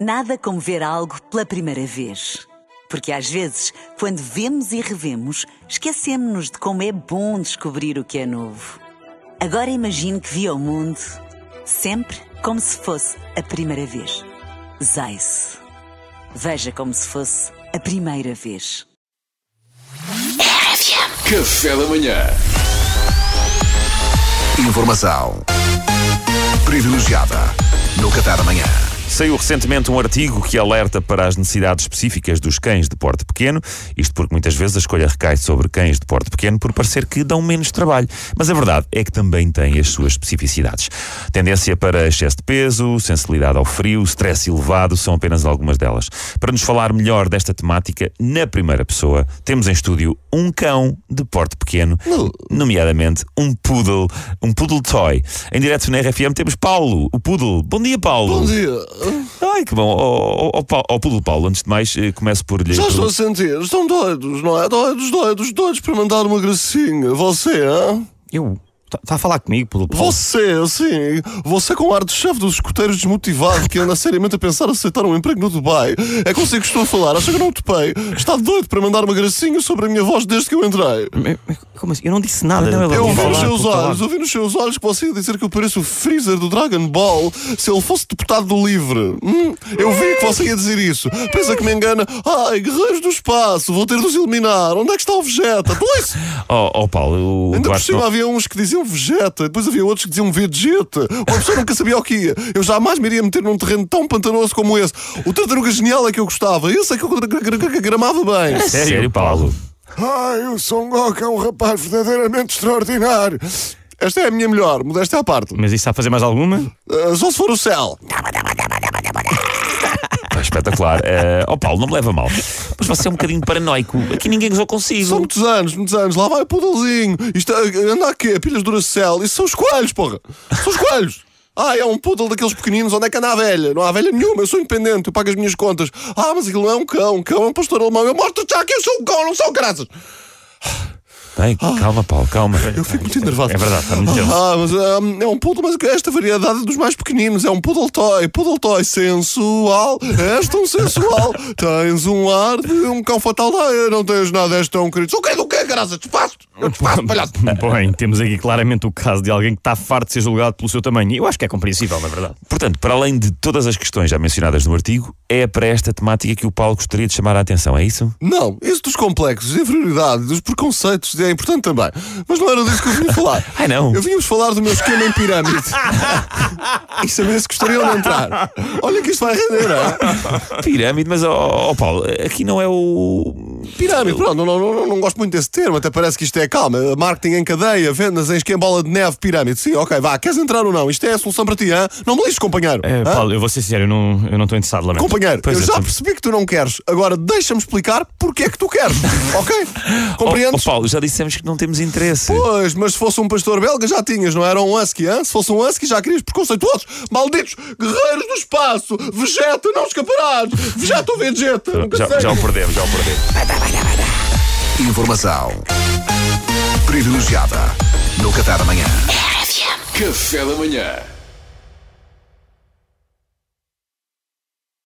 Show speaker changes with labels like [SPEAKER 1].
[SPEAKER 1] Nada como ver algo pela primeira vez. Porque às vezes, quando vemos e revemos, esquecemos-nos de como é bom descobrir o que é novo. Agora imagine que viu o mundo sempre como se fosse a primeira vez. Zais. Veja como se fosse a primeira vez.
[SPEAKER 2] Café da manhã.
[SPEAKER 3] Informação privilegiada no Catar Amanhã.
[SPEAKER 4] Saiu recentemente um artigo que alerta para as necessidades específicas dos cães de porte pequeno, isto porque muitas vezes a escolha recai sobre cães de porte pequeno por parecer que dão menos trabalho, mas a verdade é que também têm as suas especificidades. Tendência para excesso de peso, sensibilidade ao frio, stress elevado são apenas algumas delas. Para nos falar melhor desta temática, na primeira pessoa, temos em estúdio um cão de porte pequeno, nomeadamente um poodle, um poodle toy. Em direto na RFM temos Paulo, o poodle. Bom dia, Paulo.
[SPEAKER 5] Bom dia.
[SPEAKER 4] Ai, Tá que bom. Ó oh, Pulo Paulo, antes de mais, eh, começo por lhe.
[SPEAKER 5] Já estou a
[SPEAKER 4] pergun-
[SPEAKER 5] sentir. Estão doidos, não é? Doidos, doidos, doidos para mandar uma gracinha. Você, hã?
[SPEAKER 6] Eu? Está a falar comigo, Pulo Paulo?
[SPEAKER 5] Você, sim. Você com ar de chefe dos escuteiros desmotivado que anda seriamente a pensar em aceitar um emprego no Dubai. É consigo que estou a falar. Acha que eu não topei? Está doido para mandar uma gracinha sobre a minha voz desde que eu entrei.
[SPEAKER 6] Me- me- Como assim? Eu não disse nada. Não,
[SPEAKER 5] Eu ouvi
[SPEAKER 6] falar,
[SPEAKER 5] nos seus
[SPEAKER 6] Pulo Paulo.
[SPEAKER 5] olhos, ouvi nos seus olhos que você ia dizer que eu pareço o Freezer do Dragon Ball se ele fosse deputado do Livre. Hum, eu vi que você ia dizer isso. Pensa que me engana. Ai, guerreiros do espaço, vou ter de os eliminar. Onde é que está o Vegeta? Pois!
[SPEAKER 4] Ó oh, Paulo, o
[SPEAKER 5] Ainda por
[SPEAKER 4] Duarte.
[SPEAKER 5] cima
[SPEAKER 4] Não...
[SPEAKER 5] havia uns que diziam Vegeta, depois havia outros que diziam Vegeta. Uma pessoa nunca sabia o que ia. Eu jamais me iria meter num terreno tão pantanoso como esse. O tartaruga genial é que eu gostava. Esse é que eu gra- gra- gra- gramava bem.
[SPEAKER 4] Sério, Paulo.
[SPEAKER 5] Ai, o Son Goku é um rapaz verdadeiramente extraordinário. Esta é a minha melhor, modéstia à parte.
[SPEAKER 6] Mas isso está a fazer mais alguma?
[SPEAKER 5] Ah, só se for o céu.
[SPEAKER 4] Ah, espetacular. Eh, Ó Paulo, não me leva a mal. Mas você é um bocadinho paranoico. Aqui ninguém gozou
[SPEAKER 5] São
[SPEAKER 4] consigo.
[SPEAKER 5] muitos anos, muitos anos. Lá vai o pudelzinho. Isto ah, anda aqui, pilhas Duracell. Isso são os coelhos, porra. São os coelhos. Ah, é um poodle daqueles pequeninos. Onde é que anda a velha? Não há velha nenhuma. Eu sou independente. Eu pago as minhas contas. Ah, mas aquilo não é um cão. Um cão é um pastor alemão. Eu mostro já que eu sou um cão, não sou graças.
[SPEAKER 4] Bem, calma, Paulo, calma.
[SPEAKER 5] Ah. Eu fico muito nervoso.
[SPEAKER 4] É verdade,
[SPEAKER 6] tá
[SPEAKER 4] está muito tenso.
[SPEAKER 5] Ah, mas ah, é um poodle, mas esta variedade é dos mais pequeninos. É um poodle toy. Poodle toy sensual. És tão sensual. Tens um ar de um cão fatal. Ah, eu não tens nada. És tão querido. Sou querido o quê, graças? Despaço. Eu despaço, palhaço.
[SPEAKER 6] Bem, temos aqui claramente o caso de alguém que está farto de ser julgado pelo seu tamanho. Eu acho que é compreensível, na verdade.
[SPEAKER 4] Portanto, para além de todas as questões já mencionadas no artigo, é para esta temática que o Paulo gostaria de chamar a atenção, é isso?
[SPEAKER 5] Não, isso dos complexos, da inferioridade, dos preconceitos é importante também. Mas não era disso que eu vinha falar.
[SPEAKER 4] Ai, não.
[SPEAKER 5] Eu vinha-vos falar do meu esquema em pirâmide. e saber se gostariam de entrar. Olha que isto vai render, não é?
[SPEAKER 4] Pirâmide, mas ó ó, Paulo, aqui não é o.
[SPEAKER 5] Pirâmide, pronto, não, não, não, não gosto muito desse termo, até parece que isto é calma. Marketing em cadeia, vendas em esquema bola de neve, pirâmide. Sim, ok, vá, queres entrar ou não? Isto é a solução para ti, hã? Não me lixes, companheiro.
[SPEAKER 6] É,
[SPEAKER 5] hã?
[SPEAKER 6] Paulo, eu vou ser sério, eu não, eu não estou interessado, lamento.
[SPEAKER 5] Companheiro,
[SPEAKER 4] Pois
[SPEAKER 5] eu
[SPEAKER 4] é,
[SPEAKER 5] já
[SPEAKER 4] sim.
[SPEAKER 5] percebi que tu não queres. Agora deixa-me explicar porque é que tu queres, ok?
[SPEAKER 4] Ó,
[SPEAKER 5] Compreendes?
[SPEAKER 4] ó, Paulo, já dissemos que não temos interesse.
[SPEAKER 5] Pois, mas se fosse um pastor belga já tinhas, não era um husky, hã? Se fosse um husky já querias preconceituosos, malditos, guerreiros do espaço, vegeta, não escaparás, vegeta ou vegeta, nunca
[SPEAKER 4] Já,
[SPEAKER 5] sei.
[SPEAKER 4] já o perdemos, já o perdemos.
[SPEAKER 3] Informação privilegiada no Catar Amanhã.
[SPEAKER 2] Café da manhã.